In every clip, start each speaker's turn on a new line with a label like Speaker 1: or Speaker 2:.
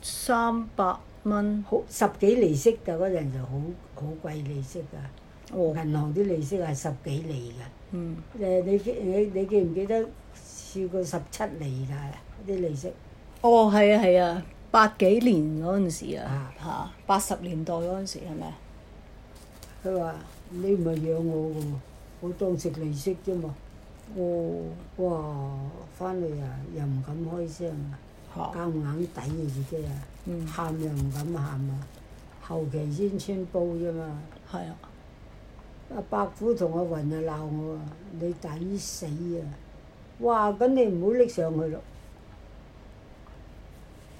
Speaker 1: 三百蚊，
Speaker 2: 好十幾利息㗎嗰陣就好好貴利息㗎，
Speaker 1: 哦，
Speaker 2: 銀行啲利息係十幾厘㗎。
Speaker 1: 嗯，
Speaker 2: 誒你記你你記唔記得試過十七厘㗎啲利息？
Speaker 1: 哦，係啊，係啊，八幾年嗰陣時啊
Speaker 2: 啊，
Speaker 1: 嚇，八十年代嗰陣時係咪啊？
Speaker 2: 佢話你唔係養我㗎喎，我當食利息啫嘛。
Speaker 1: 哦，
Speaker 2: 哇！翻嚟啊，又唔敢開聲啊，
Speaker 1: 嚇，
Speaker 2: 夾硬抵住自己啊，
Speaker 1: 嗯，
Speaker 2: 喊又唔敢喊啊，後期先穿煲啫嘛。
Speaker 1: 係啊，
Speaker 2: 阿啊伯虎同阿雲啊鬧我啊，你抵死啊！哇，咁你唔好拎上去咯。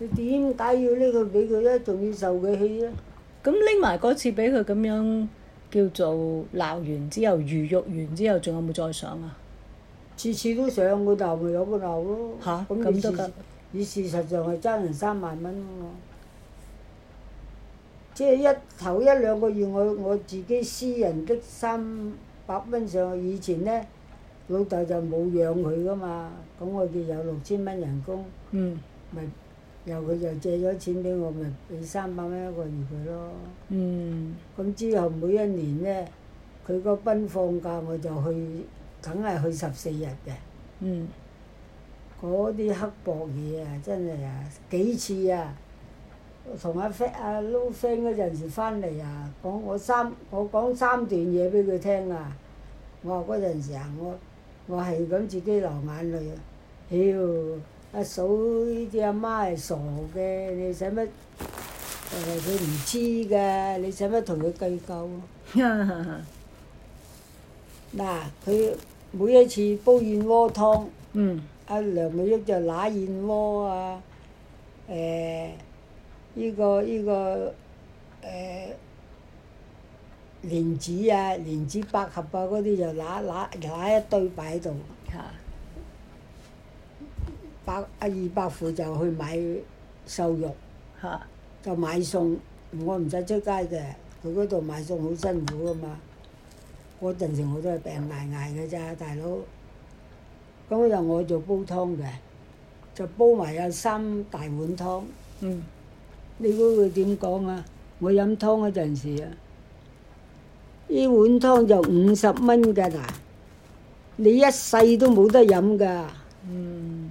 Speaker 2: 你點解要拎佢俾佢咧？仲要受佢氣啊咧？
Speaker 1: 咁拎埋嗰次俾佢咁樣叫做鬧完之後，魚肉完之後，仲有冇再上啊？
Speaker 2: 次次都上佢鬧咪有佢鬧咯。
Speaker 1: 吓
Speaker 2: 咁你
Speaker 1: 咁都
Speaker 2: 事
Speaker 1: 得
Speaker 2: 實你事實上係爭人三萬蚊喎。即係一頭一兩個月，我我自己私人的三百蚊上去。以前咧，老豆就冇養佢噶嘛，咁我哋有六千蚊人工。
Speaker 1: 嗯
Speaker 2: 咪由佢就借咗錢俾我，咪俾三百蚊一個月佢咯。
Speaker 1: 嗯，
Speaker 2: 咁之後每一年咧，佢個賓放假我就去，梗係去十四日嘅。
Speaker 1: 嗯，
Speaker 2: 嗰啲刻薄嘢啊，真係啊，幾次啊，同阿 friend 阿 Lou friend 嗰陣時翻嚟啊，講我三我講三段嘢俾佢聽啊，我話嗰陣時啊，我我係咁自己流眼淚啊，妖阿嫂呢啲阿媽係傻嘅，你使乜誒佢唔知㗎，你使乜同佢計較？啊嗱，佢每一次煲燕窩湯。
Speaker 1: 嗯，
Speaker 2: 阿啊梁美玉就揦燕窩啊，誒、呢、個呢、個誒蓮子啊、蓮子百合啊嗰啲就揦揦揦一堆擺喺度，
Speaker 1: 嚇，
Speaker 2: 百阿二伯父就去買瘦肉，
Speaker 1: 嚇，
Speaker 2: 就買餸，我唔使出街嘅，佢嗰度買餸好辛苦噶嘛。嗰陣時我都係病挨挨嘅咋，大佬。咁就我做煲湯嘅，就煲埋有三大碗湯。
Speaker 1: 嗯，
Speaker 2: 你估佢點講啊？我飲湯嗰陣時啊，呢碗湯就五十蚊㗎嗱，你一世都冇得飲㗎。
Speaker 1: 嗯，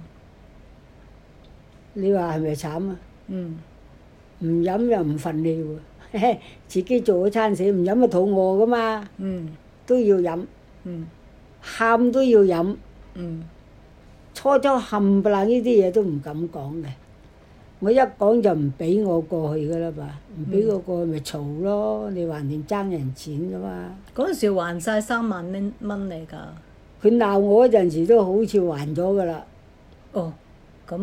Speaker 2: 你話係咪慘啊？
Speaker 1: 嗯，
Speaker 2: 唔飲又唔憤你喎， 自己做咗餐死，唔飲就肚餓㗎嘛，
Speaker 1: 嗯，
Speaker 2: 都要飲，
Speaker 1: 嗯，
Speaker 2: 喊都要飲。
Speaker 1: 嗯，
Speaker 2: 初初冚唪唥呢啲嘢都唔敢講嘅，我一講就唔俾我過去噶啦嘛，唔俾我過去咪嘈咯，你橫掂爭人錢噶嘛。
Speaker 1: 嗰陣時還晒三萬蚊蚊嚟㗎。
Speaker 2: 佢鬧我嗰陣時都好似還咗噶啦，
Speaker 1: 哦，咁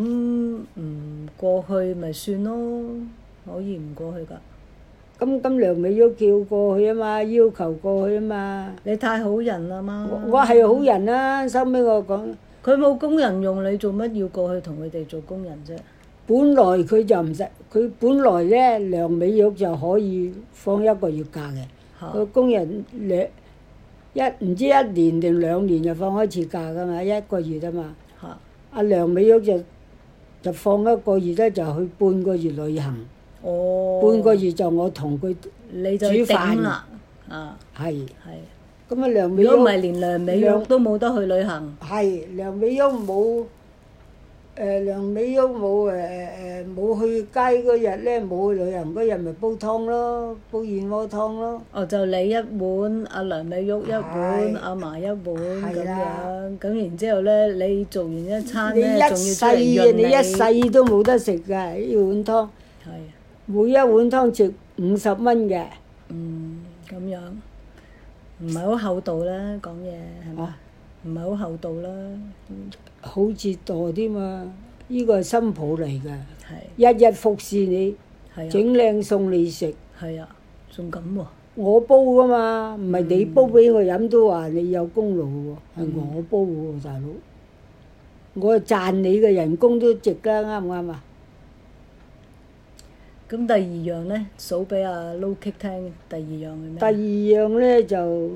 Speaker 1: 唔過去咪算咯，可以唔過去噶。
Speaker 2: 咁咁梁美玉叫過去啊嘛，要求過去啊嘛，
Speaker 1: 你太好人啦嘛，
Speaker 2: 我我係好人啦、收尾我講，
Speaker 1: 佢冇工人用，你做乜要過去同佢哋做工人啫？
Speaker 2: 本來佢就唔使，佢本來咧梁美玉就可以放一個月假嘅。
Speaker 1: 嚇，
Speaker 2: 個工人兩一唔知一年定兩年就放一次假噶嘛，一個月啊嘛。
Speaker 1: 嚇，
Speaker 2: 阿梁美玉就就放一個月咧，就去半個月旅行，
Speaker 1: 哦，
Speaker 2: 半個月就我同佢
Speaker 1: 你就
Speaker 2: 煮飯
Speaker 1: 頂啦，啊，
Speaker 2: 係
Speaker 1: 係。
Speaker 2: 咁啊，梁美玉
Speaker 1: 如果唔係，連梁美玉
Speaker 2: 兩
Speaker 1: 都冇得去旅行，
Speaker 2: 係梁美玉冇誒、梁美玉冇誒誒誒冇去街嗰日咧，冇去旅行嗰日咪煲湯咯，煲燕窩湯咯。
Speaker 1: 哦，就你一碗，阿梁美玉一碗，
Speaker 2: 係
Speaker 1: 阿嫲一碗咁
Speaker 2: 係啦
Speaker 1: 樣，咁然之後咧，你做完一餐
Speaker 2: 你
Speaker 1: 咧，仲要
Speaker 2: 一世
Speaker 1: 出
Speaker 2: 啊，
Speaker 1: 嚟潤
Speaker 2: 你一世都冇得食㗎呢碗湯。
Speaker 1: 係。啊
Speaker 2: 每一碗湯值五十蚊嘅，
Speaker 1: 嗯，咁樣唔係好厚道啦，講嘢係咪
Speaker 2: 啊？
Speaker 1: 唔係好厚道啦，嗯
Speaker 2: 好折墮添嘛！呢個係新抱嚟嘅，
Speaker 1: 係
Speaker 2: 日日服侍你，
Speaker 1: 係啊
Speaker 2: 整靚餸你食，
Speaker 1: 係啊，仲咁喎，
Speaker 2: 我煲噶嘛，唔係你
Speaker 1: 嗯
Speaker 2: 煲俾我飲都話你有功勞喎，係我煲嘅喎，大佬。我賺你嘅人工都值啦，啱唔啱啊？
Speaker 1: 咁第二樣咧，數俾阿 l o 嗯 k i 聽，第二樣係咩？
Speaker 2: 第二樣咧就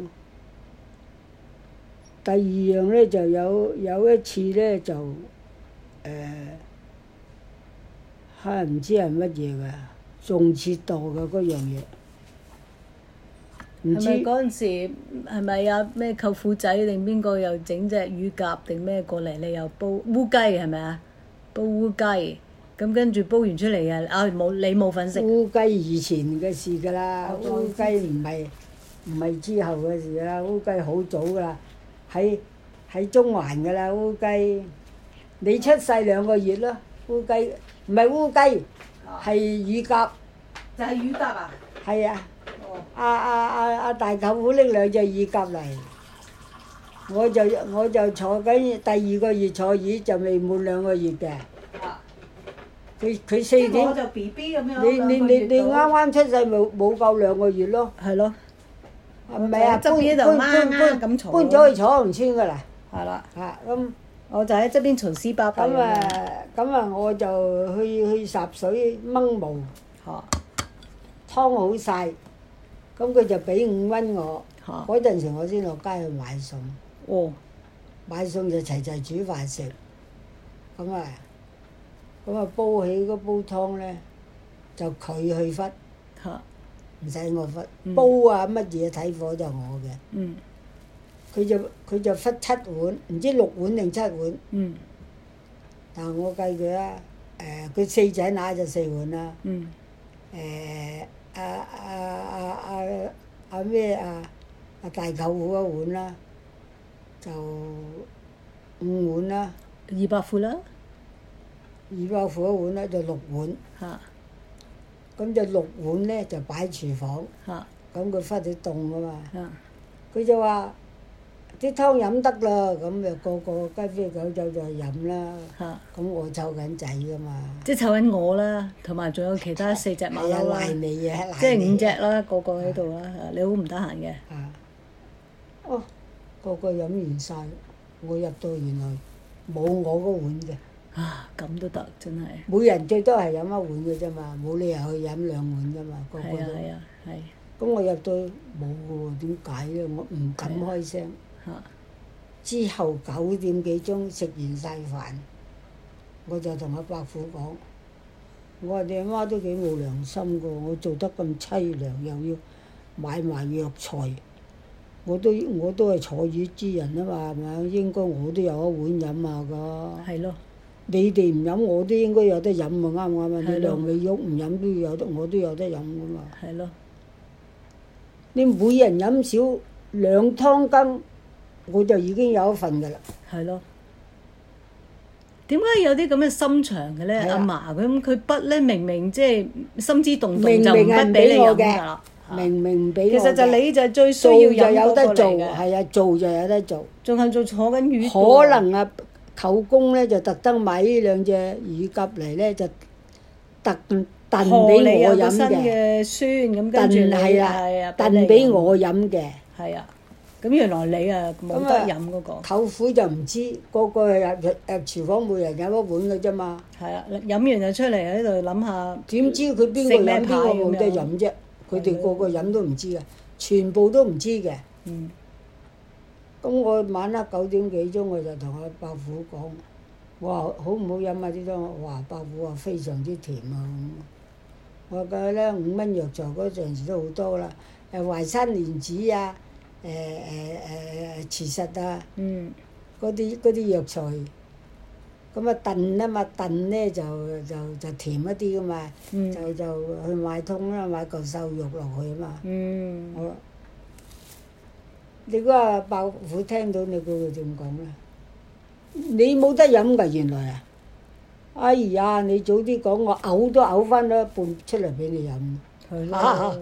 Speaker 2: 第二樣咧就有有一次咧就誒，嚇、唔知係乜嘢㗎，仲切到嘅嗰樣嘢，唔
Speaker 1: 係咪
Speaker 2: 知
Speaker 1: 嗰陣時係咪啊？咩舅父仔定邊個又整隻乳鴿定咩過嚟？你又煲烏雞係咪啊？煲烏雞，咁跟住煲完出嚟啊！啊冇你冇份食，
Speaker 2: 烏雞以前嘅事㗎啦，烏
Speaker 1: 我再
Speaker 2: 雞唔係唔係之後嘅事啦，烏雞好早㗎啦，喺喺中環㗎啦，烏雞，你出世兩個月咯，烏雞唔係烏雞，係乳鴿，
Speaker 3: 就係乳鴿啊！
Speaker 2: 係啊。
Speaker 3: 哦，
Speaker 2: 阿阿阿阿大舅父拎兩隻乳鴿嚟，我就我就坐緊第二個月坐椅就未滿兩個月嘅，
Speaker 3: 啊，
Speaker 2: 佢佢四
Speaker 3: 即係我
Speaker 2: 點，
Speaker 3: 就 B B 咁樣，
Speaker 2: 你你你你啱啱出世冇冇夠兩個月咯，
Speaker 1: 係咯，
Speaker 2: 唔係啊，搬搬
Speaker 1: 側邊
Speaker 2: 搬
Speaker 1: 度啱
Speaker 2: 搬
Speaker 1: 啱咁嘈
Speaker 2: 搬咗去楚紅村噶啦，
Speaker 1: 係啦，
Speaker 2: 嚇咁
Speaker 1: 我就喺側邊嘈屎巴閉
Speaker 2: 咁
Speaker 1: 咁樣，
Speaker 2: 啊咁啊我就去去沷水掹毛，
Speaker 1: 嚇
Speaker 2: 湯好晒，咁佢就俾五蚊我，
Speaker 1: 嚇，
Speaker 2: 嗰陣時我先落街去買餸。
Speaker 1: 哦，
Speaker 2: 買餸就齊齊煮飯食，咁啊，咁啊煲起嗰煲湯咧，就佢去忽，
Speaker 1: 嚇，
Speaker 2: 唔使我忽，
Speaker 1: 嗯
Speaker 2: 煲啊乜嘢睇火就我嘅，
Speaker 1: 嗯
Speaker 2: 佢就佢就忽七碗，唔知六碗定七碗，
Speaker 1: 嗯
Speaker 2: 但係我計佢啊，誒、佢四仔乸就四碗啦，
Speaker 1: 嗯
Speaker 2: 誒啊啊啊啊啊咩啊啊大舅父一碗啦，就五碗啦。
Speaker 1: 二百副啦
Speaker 2: 二包苦一碗咧就六碗，
Speaker 1: 嚇
Speaker 2: 咁就六碗咧就擺廚房，
Speaker 1: 嚇
Speaker 2: 咁佢翻去凍啊嘛。
Speaker 1: 嚇
Speaker 2: 佢就話啲湯飲得啦，咁就個個雞飛狗走就飲啦。
Speaker 1: 嚇，
Speaker 2: 咁我湊緊仔噶嘛，
Speaker 1: 即係湊緊我啦，同埋仲有其他四隻馬
Speaker 2: 係啊
Speaker 1: 騮啦，
Speaker 2: 賴你啊，
Speaker 1: 即
Speaker 2: 賴
Speaker 1: 係
Speaker 2: 你
Speaker 1: 五隻啦，個個喺度啦，嚇你好唔得閒嘅，
Speaker 2: 啊！哦，個個飲完晒，我入到原來冇我嗰碗嘅，
Speaker 1: 啊咁都得真係。
Speaker 2: 每人最多係飲一碗嘅啫嘛，冇理由去飲兩碗噶嘛，個個
Speaker 1: 係啊
Speaker 2: 都。
Speaker 1: 係啊係
Speaker 2: 咁我入到冇喎，點解咧？我唔敢
Speaker 1: 啊
Speaker 2: 開聲。
Speaker 1: 嚇
Speaker 2: 之後九點幾鐘食完晒飯，我就同阿伯父講：我話你阿媽都幾冇良心噶，我做得咁凄涼，又要買埋藥材，我都我都係坐月之人啊嘛，係咪？應該我都有一碗飲下噶。
Speaker 1: 係咯
Speaker 2: 你哋唔飲，我都應該有得飲啊，啱唔啱啊？你
Speaker 1: 係咯
Speaker 2: 梁美玉唔飲都要有得，我都有得飲噶嘛。
Speaker 1: 係咯
Speaker 2: 你每人飲少兩湯羹，我就已經有一份㗎啦。
Speaker 1: 係咯。點解有啲咁嘅心腸嘅咧？
Speaker 2: 係
Speaker 1: 阿
Speaker 2: 啊
Speaker 1: 嫲咁佢筆咧，明明即係心知動動
Speaker 2: 明
Speaker 1: 就唔
Speaker 2: 明係
Speaker 1: 筆
Speaker 2: 唔
Speaker 1: 俾
Speaker 2: 俾
Speaker 1: 你
Speaker 2: 我
Speaker 1: 飲㗎
Speaker 2: 嘅
Speaker 1: 啦。，
Speaker 2: 明明唔俾
Speaker 1: 其
Speaker 2: 我
Speaker 1: 實就
Speaker 2: 嘅
Speaker 1: 你就係最需
Speaker 2: 做
Speaker 1: 要
Speaker 2: 就
Speaker 1: 飲
Speaker 2: 有
Speaker 1: 嗰
Speaker 2: 得
Speaker 1: 個
Speaker 2: 做，
Speaker 1: 嚟嘅，
Speaker 2: 係啊，做就有得做。
Speaker 1: 仲係做坐緊魚
Speaker 2: 可
Speaker 1: 嘅喎
Speaker 2: 能啊，舅公咧就特登買呢兩隻乳鴿嚟咧，就特燉俾
Speaker 1: 賀你
Speaker 2: 我
Speaker 1: 有
Speaker 2: 飲
Speaker 1: 個新
Speaker 2: 嘅，
Speaker 1: 嘅孫咁，跟住
Speaker 2: 燉
Speaker 1: 你啊
Speaker 2: 係啦，燉俾
Speaker 1: 你飲
Speaker 2: 我飲嘅。
Speaker 1: 係啊。咁原來你啊冇
Speaker 2: 咁
Speaker 1: 得
Speaker 2: 啊
Speaker 1: 飲嗰個
Speaker 2: 舅父就唔知，個個入入入廚房每人飲一碗嘅啫嘛。
Speaker 1: 係啊，飲完就出嚟喺度諗下
Speaker 2: 點知佢邊個
Speaker 1: 食咩
Speaker 2: 飲邊
Speaker 1: 牌
Speaker 2: 個冇
Speaker 1: 咁
Speaker 2: 得
Speaker 1: 樣
Speaker 2: 飲啫？佢哋個個飲都唔知嘅，全部都唔知嘅。
Speaker 1: 嗯
Speaker 2: 咁我晚黑九點幾鐘我就同阿伯父講，我話好唔好飲啊啲湯？我話伯父話非常之甜啊咁。我計咧五蚊藥材嗰陣時都好多啦，誒淮山蓮子啊，誒誒誒磁實啊，
Speaker 1: 嗯
Speaker 2: 嗰啲嗰啲藥材。咁啊燉啊嘛，燉咧就就就甜一啲噶嘛，
Speaker 1: 嗯
Speaker 2: 就就去買通啦，買嚿瘦肉落去啊嘛。
Speaker 1: 嗯。
Speaker 2: 好啦，你嗰個爆虎聽到你佢會點講咧？你冇得飲㗎，原來啊！哎呀，你早啲講，我嘔都嘔翻咗一半出嚟俾你飲。
Speaker 1: 係咯
Speaker 2: 啊，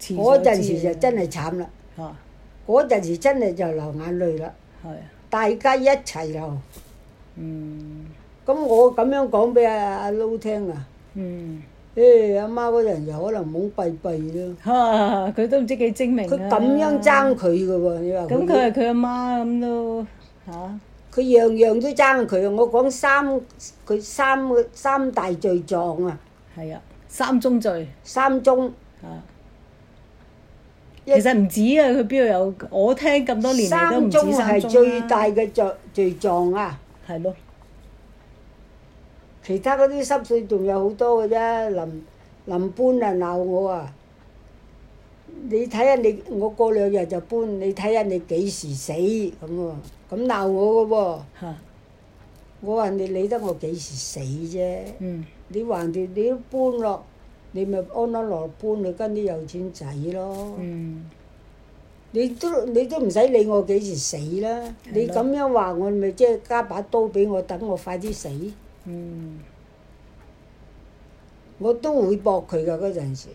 Speaker 1: 遲早
Speaker 2: 嗰陣時
Speaker 1: 知
Speaker 2: 就
Speaker 1: 啊
Speaker 2: 真係慘啦，
Speaker 1: 嚇
Speaker 2: 嗰陣時真係就流眼淚啦，
Speaker 1: 啊係啊
Speaker 2: 大家一齊流。
Speaker 1: 嗯
Speaker 2: 咁我咁樣講俾阿阿撈聽啊，
Speaker 1: 嗯
Speaker 2: 誒阿媽嗰陣又可能懵閉閉咯，
Speaker 1: 嚇佢都唔知幾精明啊
Speaker 2: 佢咁樣爭佢嘅喎，你話
Speaker 1: 咁佢係佢阿媽咁都嚇
Speaker 2: 佢樣樣都爭佢，我講三佢三個三大罪狀啊，
Speaker 1: 係啊三宗罪
Speaker 2: 三宗
Speaker 1: 嚇
Speaker 2: 一
Speaker 1: 其實唔止啊，佢邊度有？我聽咁多年嚟都唔
Speaker 2: 三中
Speaker 1: 止三啊
Speaker 2: 係
Speaker 1: 中
Speaker 2: 最大
Speaker 1: 啦。
Speaker 2: 嘅罪罪狀啊！
Speaker 1: 係咯，
Speaker 2: 其他嗰啲濕碎仲有好多嘅啫，臨臨搬啊鬧我啊！你睇下你，我過兩日就搬，你睇下你幾時死咁喎？咁鬧我嘅喎、
Speaker 1: 嚇，
Speaker 2: 我話你理得我幾時死啫？
Speaker 1: 嗯，
Speaker 2: 你橫掂你都搬落，你咪安安樂樂搬你跟啲有錢仔咯。
Speaker 1: 嗯，
Speaker 2: 你都你都唔使理我幾時死啦！你咁樣話我咪即係加把刀俾我，等我快啲死。
Speaker 1: 嗯，
Speaker 2: 我都會駁佢噶嗰陣時，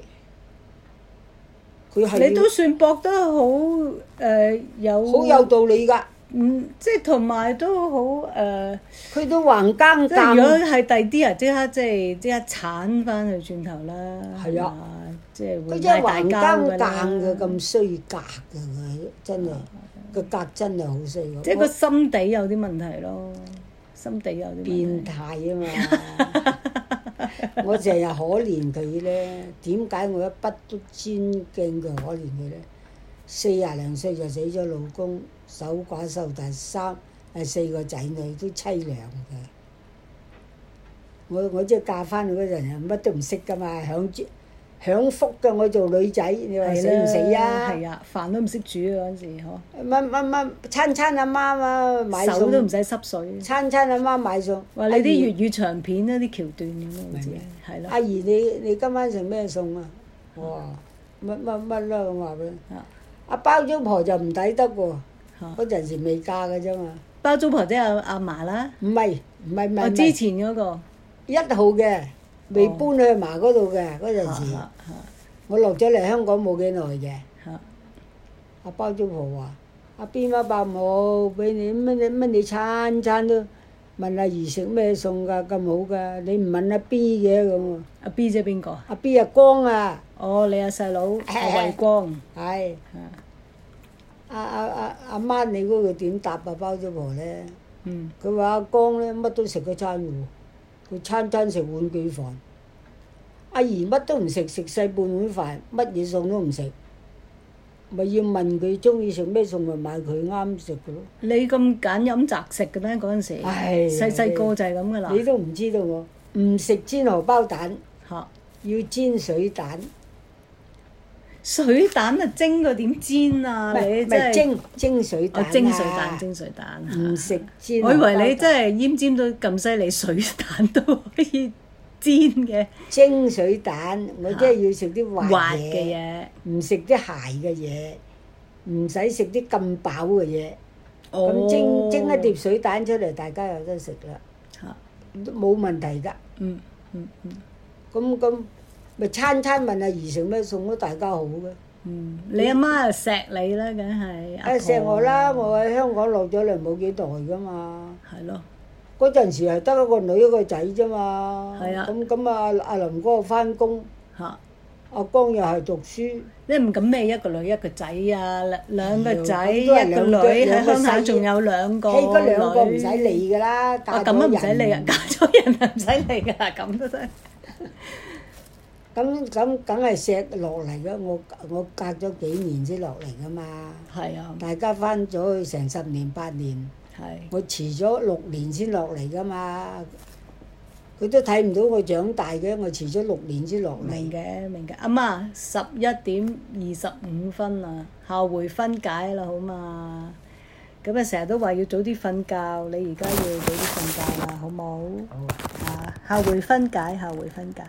Speaker 2: 佢係
Speaker 1: 你都算搏得好誒、呃有
Speaker 2: 好有道理噶，
Speaker 1: 嗯，即係同埋都好誒、呃
Speaker 2: 佢都橫更
Speaker 1: 即係如果
Speaker 2: 鑑，
Speaker 1: 係第啲人即刻即係即刻鏟翻佢轉頭啦，
Speaker 2: 係啊
Speaker 1: 嘛，即係
Speaker 2: 佢
Speaker 1: 會
Speaker 2: 真係
Speaker 1: 拉大
Speaker 2: 橫更
Speaker 1: 交㗎
Speaker 2: 鑑嘅
Speaker 1: 啦。
Speaker 2: 咁衰格嘅佢真係個格真係好衰㗎。
Speaker 1: 即係個心底有啲問題咯，心底有啲
Speaker 2: 變
Speaker 1: 問題。
Speaker 2: 態啊 嘛！我成日可憐佢咧，點解我一筆都尊敬佢、可憐佢咧？四廿零歲就死咗老公，守寡受第三，係四個仔女都凄涼嘅。我我即係嫁翻去嗰陣，乜都唔識噶嘛，享住享福嘅我做女仔，你話死唔死啊？
Speaker 1: 係啊，飯都唔識煮啊嗰陣時，嗬，
Speaker 2: 乜乜乜餐餐阿媽啊買
Speaker 1: 手都唔
Speaker 2: 餸，
Speaker 1: 使濕水。
Speaker 2: 餐餐阿媽買餸。
Speaker 1: 話你啲粵語長片咧，啲橋段咁樣好
Speaker 2: 明
Speaker 1: 似
Speaker 2: 咩
Speaker 1: 係
Speaker 2: 阿
Speaker 1: 咯，
Speaker 2: 姨，你你今晚食咩餸啊？我話乜乜乜啦，我話俾你。
Speaker 1: 啊
Speaker 2: 阿包租婆就唔抵得喎，
Speaker 1: 嚇
Speaker 2: 嗰陣時未嫁嘅啫嘛。
Speaker 1: 包租婆即係阿阿嫲啦，
Speaker 2: 唔係唔係唔係
Speaker 1: 我
Speaker 2: 唔
Speaker 1: 之
Speaker 2: 係，
Speaker 1: 前嗰個
Speaker 2: 一號嘅，未搬去阿嫲嗰度
Speaker 1: 哦
Speaker 2: 嘅嗰陣時，
Speaker 1: 嚇
Speaker 2: 我落咗嚟香港冇幾耐嘅。
Speaker 1: 嚇
Speaker 2: 阿包租婆話：阿邊媽伯母俾你乜你乜你餐餐都問阿姨食咩餸㗎，咁好㗎，你唔問阿 B 嘅咁喎。
Speaker 1: 阿 B 姐邊個啊？
Speaker 2: 阿 B 阿光啊，
Speaker 1: 哦，你阿細佬
Speaker 2: 哎
Speaker 1: 阿慧光
Speaker 2: 係。
Speaker 1: 嚇，
Speaker 2: 阿阿阿阿媽，你嗰個點答啊？包租婆咧，
Speaker 1: 嗯
Speaker 2: 佢話阿江咧乜都食嗰餐嘅喎，佢餐餐食碗幾飯。阿姨乜都唔食，食細半碗飯，乜嘢餸都唔食，咪要問佢中意食咩餸，咪買佢啱食嘅咯。
Speaker 1: 你咁揀飲擇食嘅咩嗰陣時？
Speaker 2: 唉
Speaker 1: 細細個就係咁噶啦
Speaker 2: 你都唔知道我唔食煎荷包蛋，
Speaker 1: 嚇，
Speaker 2: 要煎水蛋，
Speaker 1: 水蛋啊蒸過點煎啊？
Speaker 2: 咪
Speaker 1: 你
Speaker 2: 咪
Speaker 1: 真係
Speaker 2: 蒸蒸水蛋
Speaker 1: 哦
Speaker 2: 啊
Speaker 1: 蒸水蛋蒸水蛋嚇
Speaker 2: 唔食煎啊
Speaker 1: 我
Speaker 2: 荷
Speaker 1: 以
Speaker 2: 包蛋。
Speaker 1: 為你真係奄尖到咁犀利，水蛋都可以煎嘅
Speaker 2: 蒸水蛋，我真係要食啲
Speaker 1: 滑嘅嘢。
Speaker 2: 唔食啲鞋嘅嘢，唔使食啲咁飽嘅嘢。
Speaker 1: 哦
Speaker 2: 咁、蒸蒸一碟水蛋出嚟，大家有得食啦，
Speaker 1: 嚇，
Speaker 2: 都冇問題㗎。
Speaker 1: 嗯嗯嗯
Speaker 2: 咁咁咪餐餐問阿姨食咩餸都大家好嘅。
Speaker 1: 嗯，你阿媽又錫你啦，梗係。
Speaker 2: 誒
Speaker 1: 阿
Speaker 2: 哎錫我啦，
Speaker 1: 婆
Speaker 2: 我喺香港落咗嚟冇幾耐㗎嘛。
Speaker 1: 係咯，
Speaker 2: 嗰陣時係得一個女一個仔啫嘛。
Speaker 1: 係啊
Speaker 2: 咁咁啊，阿林哥翻工，
Speaker 1: 嚇。
Speaker 2: 阿江又係讀書。
Speaker 1: 你唔敢咩一個女一個仔啊，兩兩個仔
Speaker 2: 哎
Speaker 1: 一
Speaker 2: 呦
Speaker 1: 個
Speaker 2: 咁都係
Speaker 1: 女喺
Speaker 2: 兩個
Speaker 1: 鄉下仲有兩個
Speaker 2: 嘿，嗰兩個唔使
Speaker 1: 女
Speaker 2: 理㗎啦，
Speaker 1: 啊
Speaker 2: 嫁
Speaker 1: 咁啊唔
Speaker 2: 咗
Speaker 1: 使理啊
Speaker 2: 人，
Speaker 1: 嫁咗人啊唔使理噶啦，咁都得。
Speaker 2: 咁咁梗係錫落嚟嘅，我我隔咗幾年先落嚟噶嘛。
Speaker 1: 係啊，
Speaker 2: 大家翻咗去成十年八年，
Speaker 1: 係
Speaker 2: 我遲咗六年先落嚟噶嘛。佢都睇唔到我長大嘅，我遲咗六年先落嚟。
Speaker 1: 明嘅明嘅。阿媽十一點二十五分啊，下回分解啦好嘛？咁啊成日都話要早啲瞓覺，你而家要早啲瞓覺啦，好冇？
Speaker 2: 好啊
Speaker 1: À, 啊，下回分解，下回分解。